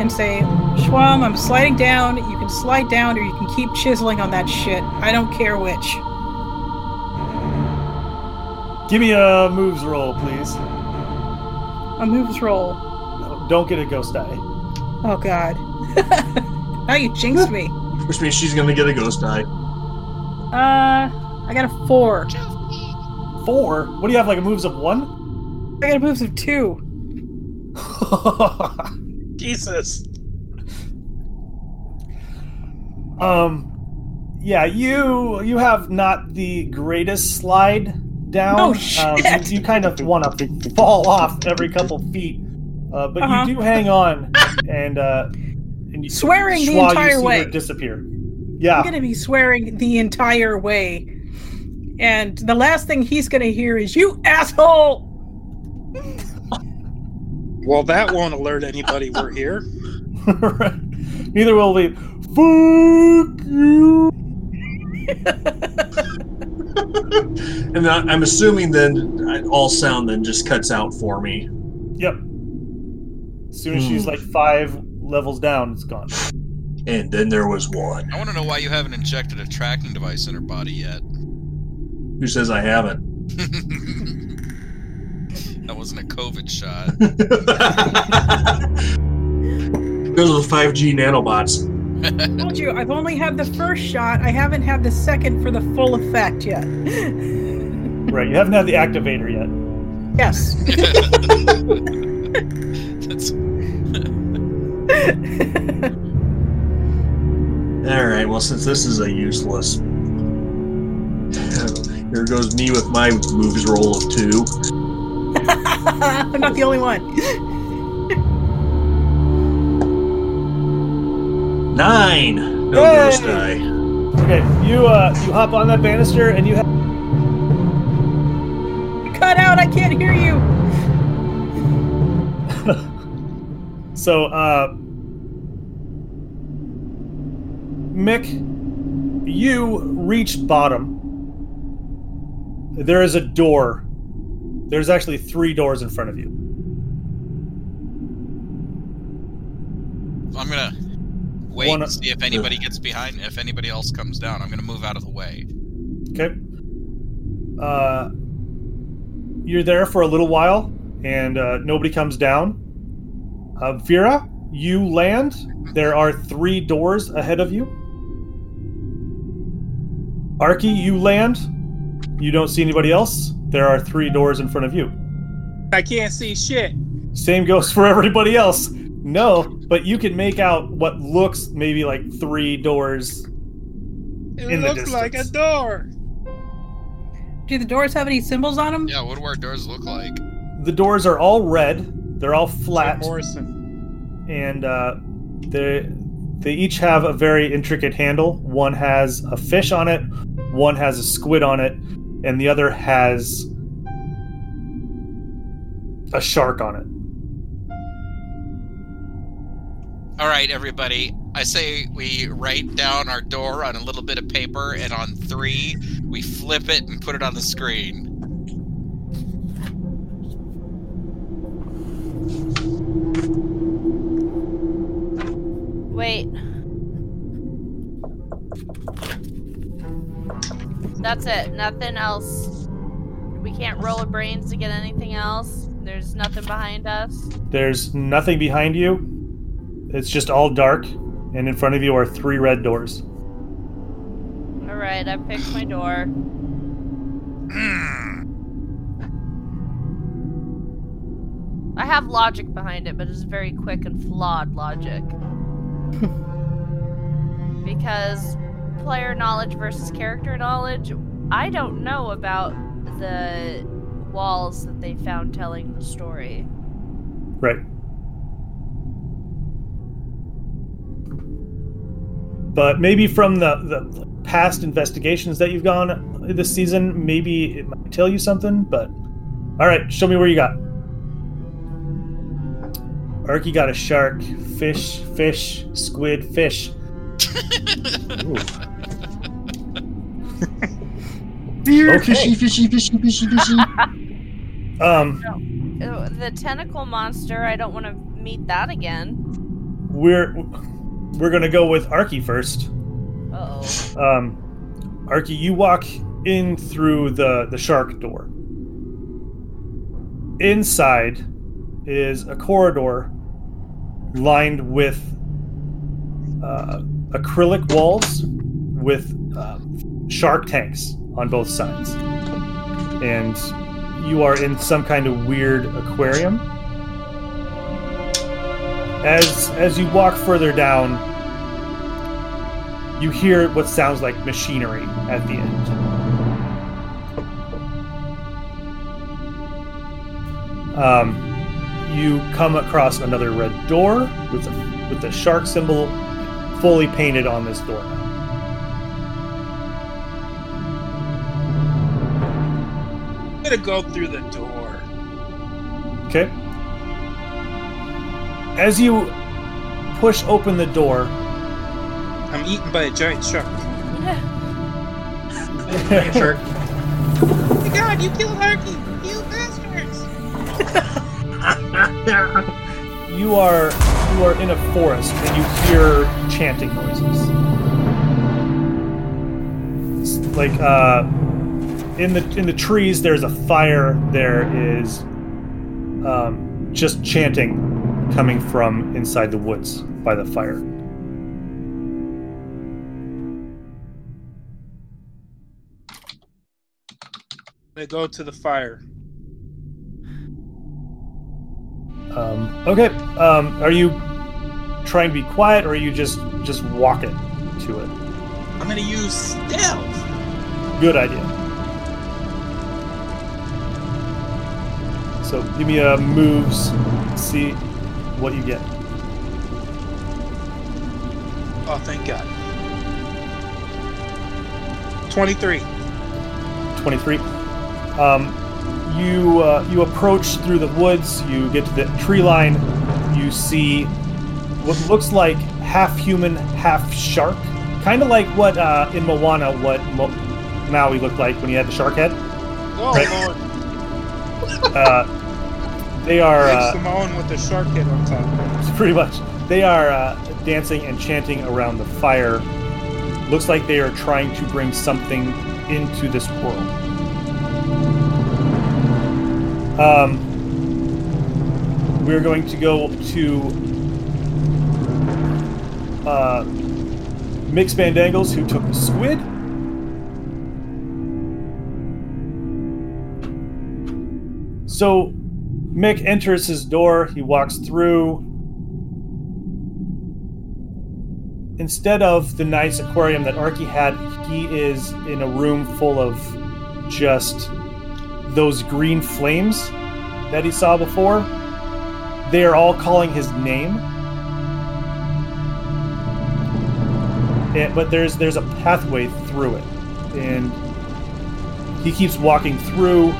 E: and say, Schwam, I'm sliding down. You can slide down, or you can keep chiseling on that shit. I don't care which.
A: Give me a moves roll, please.
E: A moves roll.
A: No, don't get a ghost die.
E: Oh God. now you jinxed me.
D: which means she's gonna get a ghost die.
E: Uh, I got a four.
A: Four? What do you have? Like a moves of one?
E: I got a moves of two.
C: Jesus.
A: um, yeah, you you have not the greatest slide down.
E: Oh, shit.
A: Um, you, you kind of want to fall off every couple feet, uh, but
E: Uh-huh.
A: you do hang on and uh, and you,
E: Swearing the
A: Schwa, you
E: entire
A: see her
E: way.
A: disappear.
E: I'm
A: Yeah,
E: gonna be swearing the entire way, and the last thing he's gonna hear is "you asshole."
C: Well, that won't alert anybody we're here.
A: neither will the fuck you.
D: And I, I'm assuming then I- all sound then just cuts out for me.
A: Yep. As soon as she's like five levels down, it's gone.
D: And then there was one
B: I want to know why you haven't injected a tracking device in her body yet.
D: who says I haven't.
B: that wasn't a COVID shot.
D: Those are the 5G nanobots.
E: Told you, I've only had the first shot. I haven't had the second for the full effect yet.
A: Right, you haven't had the activator yet.
E: Yes.
B: That's
D: All right. Well, since this is a useless, here goes me with my moves roll of two.
E: I'm not the only one.
D: Nine. No
A: Hey!
D: ghost die.
A: Okay, you uh, you hop on that banister and you have
E: Cut out! I can't hear you.
A: so uh, Mick, you reach bottom. There is a door. There's actually three doors in front of you.
B: I'm gonna wait
A: One-
B: and see if anybody gets behind. If anybody else comes down, I'm gonna move out of the way.
A: Okay. Uh, you're there for a little while, and uh, nobody comes down. Uh, Vera, you land. There are three doors ahead of you. Arky, you land. You don't see anybody else. There are three doors in front of you.
C: I can't see shit.
A: Same goes for everybody else. No, but you can make out what looks maybe like three doors.
C: It
A: In the
C: looks like a
A: distance.
C: door.
E: Do the doors have any symbols on them?
B: Yeah, what do our doors look like?
A: The doors are all red. They're all
C: Jim
A: flat.
C: Morrison.
A: and uh, they they each have a very intricate handle. One has a fish on it, one has a squid on it, and the other has a shark on it.
B: All right, everybody. I say we write down our door on a little bit of paper, and on three, we flip it and put it on the screen.
F: Wait. That's it. Nothing else. We can't roll our brains to get anything else. There's nothing behind us.
A: There's nothing behind you. It's just all dark, and in front of you are three red doors.
F: All right, I picked my door. I have logic behind it, but it's very quick and flawed logic. because player knowledge versus character knowledge, I don't know about the walls that they found telling the story.
A: Right. But maybe from the, the past investigations that you've gone this season, maybe it might tell you something. But all right, show me where you got. Erky got a shark, fish, fish, squid, fish.
D: Dear
A: Okay.
D: fishy, fishy, fishy, fishy, fishy.
A: Um,
F: Uh, The tentacle monster, I don't want to meet that again.
A: we're we're gonna go with Arky first.
F: Uh oh.
A: Um, Arky, you walk in through the the shark door. Inside is a corridor lined with uh, acrylic walls with um, shark tanks on both sides. And you are in some kind of weird aquarium. As as you walk further down, you hear what sounds like machinery at the end. Um, you come across another red door with a, with the shark symbol fully painted on this door.
C: I'm gonna go through the door.
A: Okay. As you push open the door,
C: I'm eaten by a giant shark.
D: Sure.
C: Oh my god, you killed Harky! You bastards!
A: you are you are in a forest and you hear chanting noises It's like uh in the in the trees there's a fire there is um just chanting coming from inside the woods by the fire
C: They go to the fire.
A: um okay um are you trying to be quiet or are you just just walking to it
C: I'm gonna use stealth.
A: Good idea. So give me a moves. See what you get.
C: Oh, thank god. 23.
A: Twenty-three. Um, you uh, you approach through the woods. You get to the tree line. You see what looks like half human, half shark. Kind of like what uh, in Moana, what Mo- Maui looked like when he had the shark head.
C: Oh,
A: Right.
C: Lord.
A: Uh, they are.
C: Like
A: Uh,
C: Simone with the shark head on top.
A: pretty much they are uh, dancing and chanting around the fire looks like they are trying to bring something into this world um, we're going to go to uh, mix bandangles who took the squid so mick enters his door he walks through instead of the nice aquarium that Arky had, he is in a room full of just those green flames that he saw before. They are all calling his name. And- Eh, but there's there's a pathway through it. And he keeps walking through.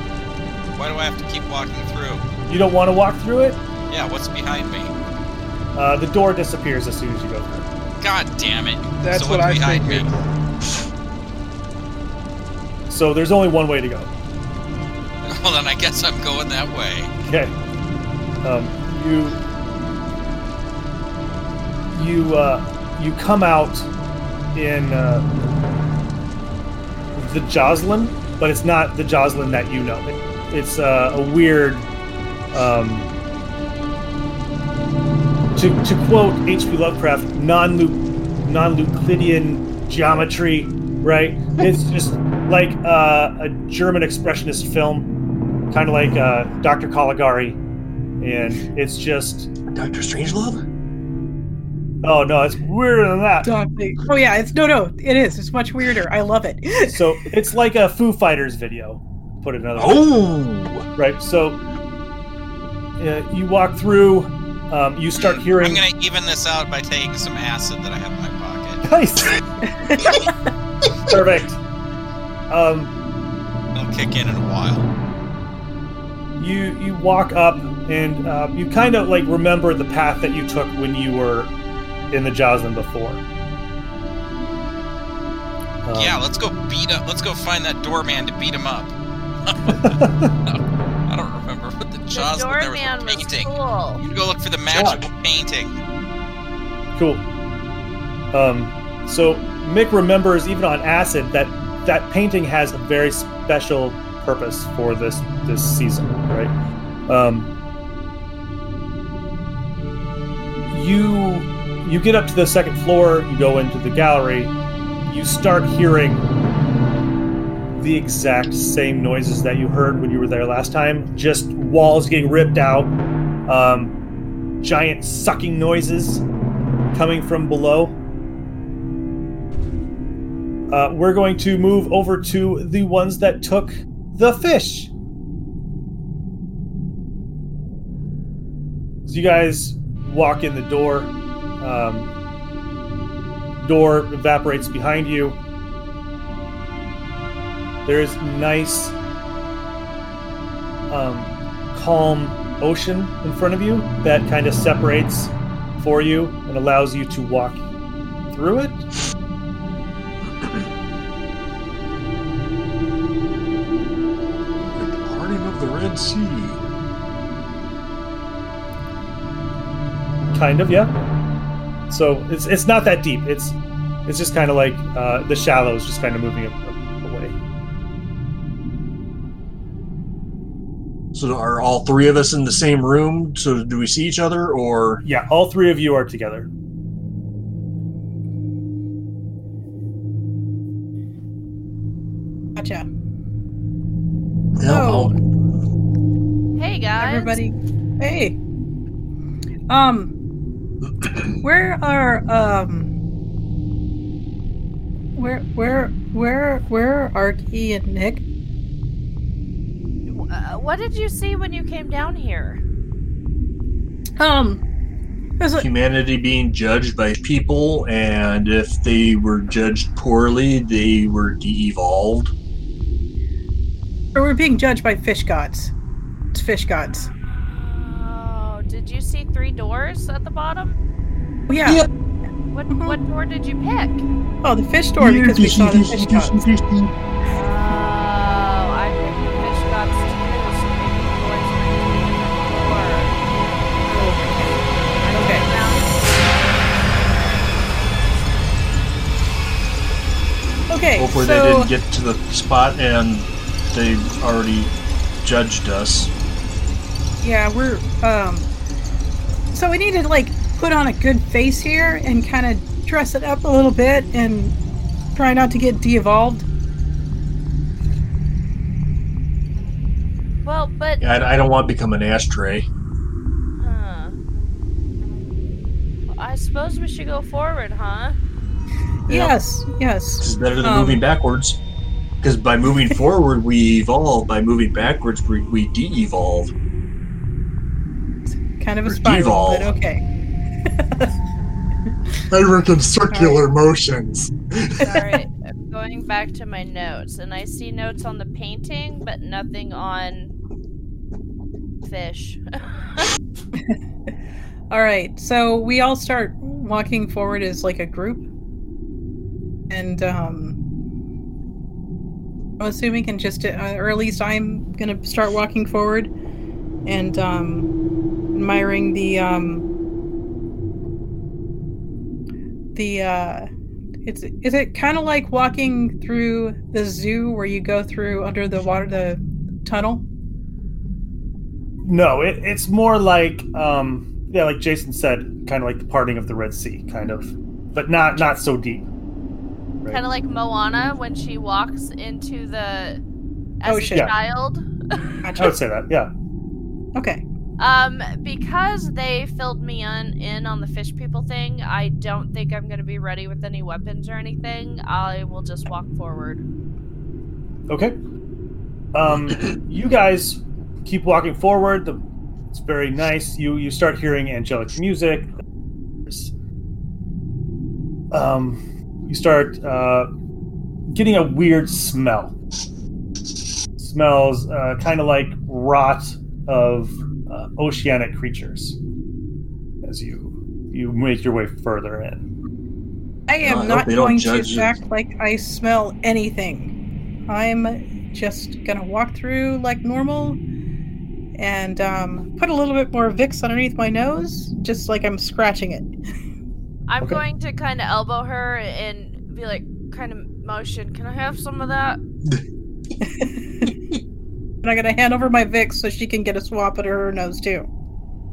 B: Why do I have to keep walking through?
A: You don't want to walk through it.
B: Yeah, what's behind me?
A: Uh, the door disappears as soon as you go through.
B: God damn it.
C: That's
B: so
C: what
B: what's
C: I
B: behind
C: figured.
B: me?
A: So there's only one way to go.
B: Well, then I guess I'm going that way.
A: Okay. Um, you you uh, you come out in uh, the Joslin, but it's not the Joslin that you know. It, it's uh, a weird. Um, to, to quote H.P. Lovecraft, non non Euclidean geometry, right? It's just like uh, a German expressionist film kind of like uh, Dr. Caligari, and it's just
D: Doctor Strangelove?
A: oh no, it's weirder than that.
E: Exactly. Oh yeah, it's no, no, it is. It's much weirder. I love it.
A: So it's like a Foo Fighters video, put it another way,
D: Oh!
A: right? So uh, you walk through, um, you start hearing
B: I'm gonna even this out by taking some acid that I have in my pocket.
A: nice, perfect. Um,
B: It'll kick in in a while.
A: you you walk up and uh, you kind of like remember the path that you took when you were in the Joslin before. Um,
C: Oh.
B: yeah, let's go beat up. Let's go find that doorman to beat him up. I don't remember what the
F: The
B: jaws there was
F: doorman
B: a
F: was
B: painting.
F: cool.
B: You can go look for the magical painting.
A: Cool. Um, so Mick remembers, even on acid, that that painting has a very special purpose for this this season, right? Um, you you get up to the second floor, you go into the gallery, you start hearing the exact same noises that you heard when you were there last time. Just walls getting ripped out, um, giant sucking noises coming from below. Uh, we're going to move over to the ones that took the fish. So you guys walk in the door. Um, door evaporates behind you. There is nice, um, calm ocean in front of you that kind of separates for you and allows you to walk through it.
D: The parting of the Red Sea.
A: Kind of, yeah. So it's it's not that deep. It's it's just kind of like uh, the shallows, just kind of moving a- a- away.
D: So are all three of us in the same room? So do we see each other, or
A: Yeah, all three of you are together.
E: Gotcha.
D: No, I'll-
F: Hey guys.
E: Everybody, hey. Um, where are um, where where where where are Arky and Nick?
F: Uh, what did you see when you came down here?
E: Um, there's a,
D: humanity being judged by people, and if they were judged poorly, they were de-evolved.
E: we're being judged by fish gods. It's fish gods.
F: Oh, did you see three doors at the bottom?
E: Yeah.
D: Yep.
F: What
E: Mhm.
F: what door did you pick?
E: Oh, the fish door because we saw the fish gods.
F: Oh, I picked the fish gods too, so maybe the doors were in a different door.
E: Okay. Okay.
D: Hopefully,
E: so,
D: they didn't get to the spot and they already judged us.
E: Yeah, we're um so we need to like put on a good face here and kind of dress it up a little bit and try not to get de-evolved.
F: Well, but
D: Yeah, I, I don't want to become an ashtray.
F: huh. Well, I suppose we should go forward, huh?
E: Yes, yes.
D: This is better than
E: Um,
D: moving backwards. Because by moving forward, we evolve. By moving backwards, we, we de-evolve.
E: Kind of a
D: Or
E: spiral, but
D: devolve.
E: okay.
D: I reckon
E: circular
D: motions.
F: All right, I'm going back to my notes, and I see notes on the painting, but nothing on fish.
E: All right. So we all start walking forward as like a group. And um I'm assuming and just uh, or at least I'm going to start walking forward and um admiring the um the uh it's is it kind of like walking through the zoo where you go through under the water the tunnel?
A: No, it, it's more like um, yeah, like Jason said, kind of like the parting of the Red Sea, kind of, but not not so deep. Right?
F: kind of like Moana when she walks into the as
E: Ocean.
F: a
A: Yeah.
F: child.
A: I would say that, yeah.
E: Okay.
F: Um, because they filled me on in on the fish people thing, I don't think I'm gonna be ready with any weapons or anything. I will just walk forward.
A: Okay. Um, you guys keep walking forward. The, it's very nice. You you start hearing angelic music. Um, you start uh, getting a weird smell. Smells uh, kind of like rot of uh, oceanic creatures. As you you make your way further in.
E: I am
D: Uh, I hope
E: not
D: they don't
E: going to
D: judge you.
E: act like I smell anything. I'm just gonna walk through like normal and um, put a little bit more Vicks underneath my nose, just like I'm scratching it.
F: I'm
A: Okay.
F: going to kind of elbow her and be like, kind of motion. Can I have some of that?
E: And I'm gonna hand over my Vicks so she can get a swap at her nose too.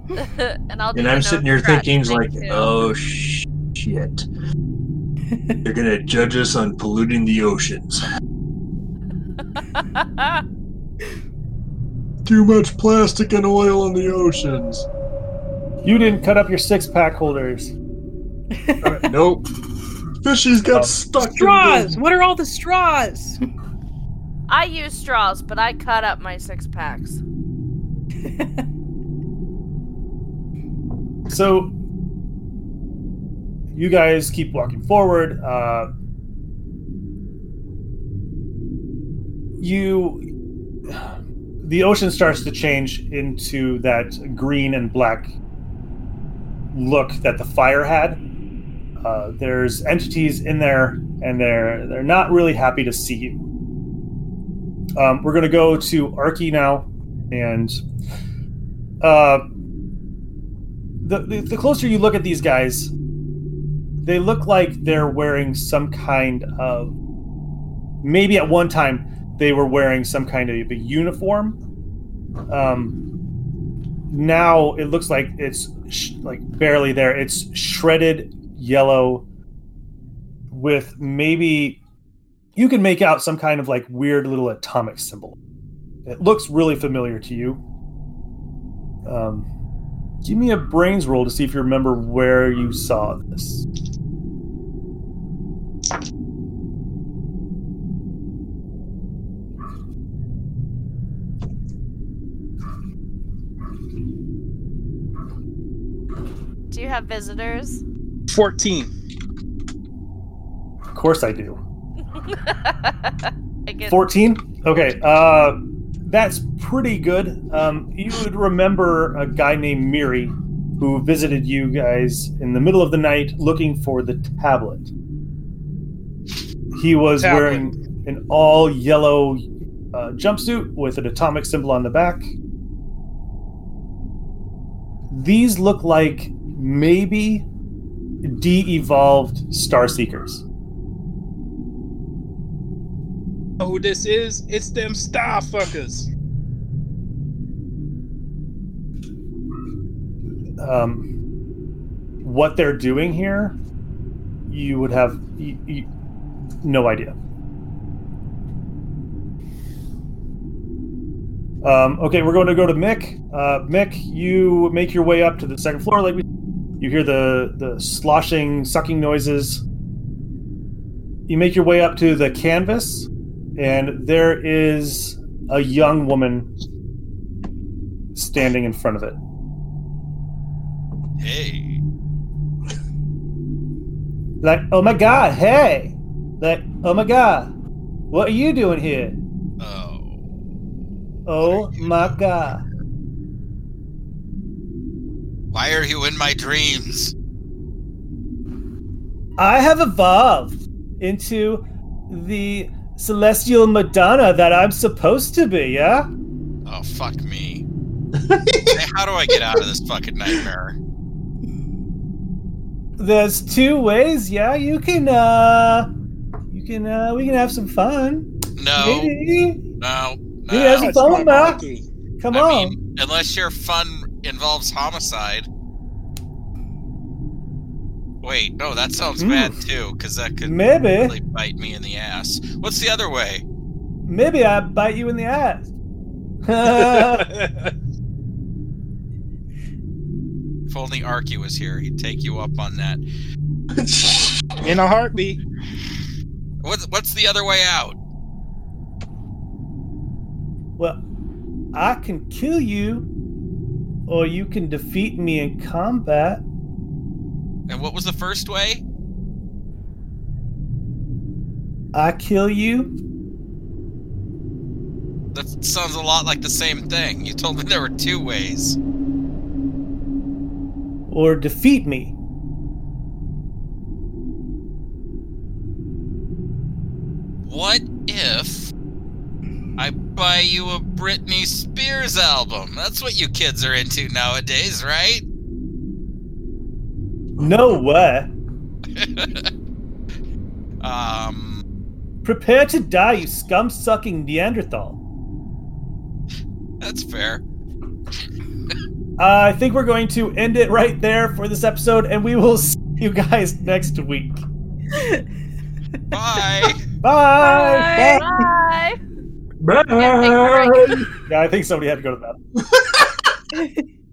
F: and I'll. do
D: And
F: the
D: I'm
F: nose
D: sitting here
F: scratch
D: thinking,
F: thing
D: like,
F: too.
D: oh, shit. shit. They're gonna judge us on polluting the oceans. Too much plastic and oil in the oceans.
A: You didn't cut up your six pack holders.
D: Nope. Fishies got
A: Oh.
D: stuck. in
E: straws.
D: the-
E: What are all the straws?
F: I use straws, but I cut up my six packs.
A: So you guys keep walking forward. Uh, you, the ocean starts to change into that green and black look that the fire had. Uh, there's entities in there, and they're they're not really happy to see you. Um, we're gonna go to Arky now, and uh, the, the, the closer you look at these guys, they look like they're wearing some kind of. Maybe at one time they were wearing some kind of a uniform. Um, now it looks like it's sh- like barely there. It's shredded yellow with maybe you can make out some kind of like weird little atomic symbol. It looks really familiar to you. Um, Give me a brains roll to see if you remember where you saw this.
F: Do you have visitors?
C: 14.
A: Of course I do.
F: I get
A: 14? Okay, uh, that's pretty good. Um, you would remember a guy named Miri who visited you guys in the middle of the night looking for the tablet. He was
C: Tablet.
A: wearing an all yellow uh, jumpsuit with an atomic symbol on the back. These look like maybe de evolved Star Seekers.
C: Know who this is? It's them star fuckers.
A: um, what they're doing here, you would have you, you, no idea. Um, okay, we're going to go to Mick. Uh, Mick, you make your way up to the second floor. Like we, you hear the the sloshing, sucking noises. You make your way up to the canvas, and there is a young woman standing in front of it.
B: Hey.
A: Like, oh my god, hey! Like, oh my god, what are you doing here?
B: Oh.
A: Oh my god.
B: Why are you in my dreams?
A: I have evolved into the celestial Madonna that I'm supposed to be, yeah?
B: Oh fuck me. Hey, How do I get out of this fucking nightmare?
A: There's two ways, yeah? You can, uh. You can, uh. We can have some fun.
B: No,
A: Maybe.
B: no,
A: He has
B: no.
A: a phone,
C: my
A: Mac.
C: monkey.
A: Come
B: I
A: on.
B: mean, unless your fun involves homicide. Wait, no, that sounds
A: Mm.
B: bad too, because that could
A: Maybe.
B: really bite me in the ass. What's the other way?
A: Maybe I bite you in the ass.
B: If only Arky was here, he'd take you up on that.
C: In a heartbeat.
B: What's what's the other way out?
A: Well, I can kill you, or you can defeat me in combat.
B: And what was the first way?
A: I kill you.
B: That sounds a lot like the same thing. You told me there were two ways.
A: or defeat me.
B: What if I buy you a Britney Spears album? That's what you kids are into nowadays, right?
A: No way.
B: Um,
A: Prepare to die, you scum sucking Neanderthal.
B: that's fair.
A: I think we're going to end it right there for this episode, and we will see you guys next week.
B: Bye.
A: Bye.
F: Bye.
D: Bye.
F: Yeah, thanks,
A: Yeah, I think somebody had to go to bed.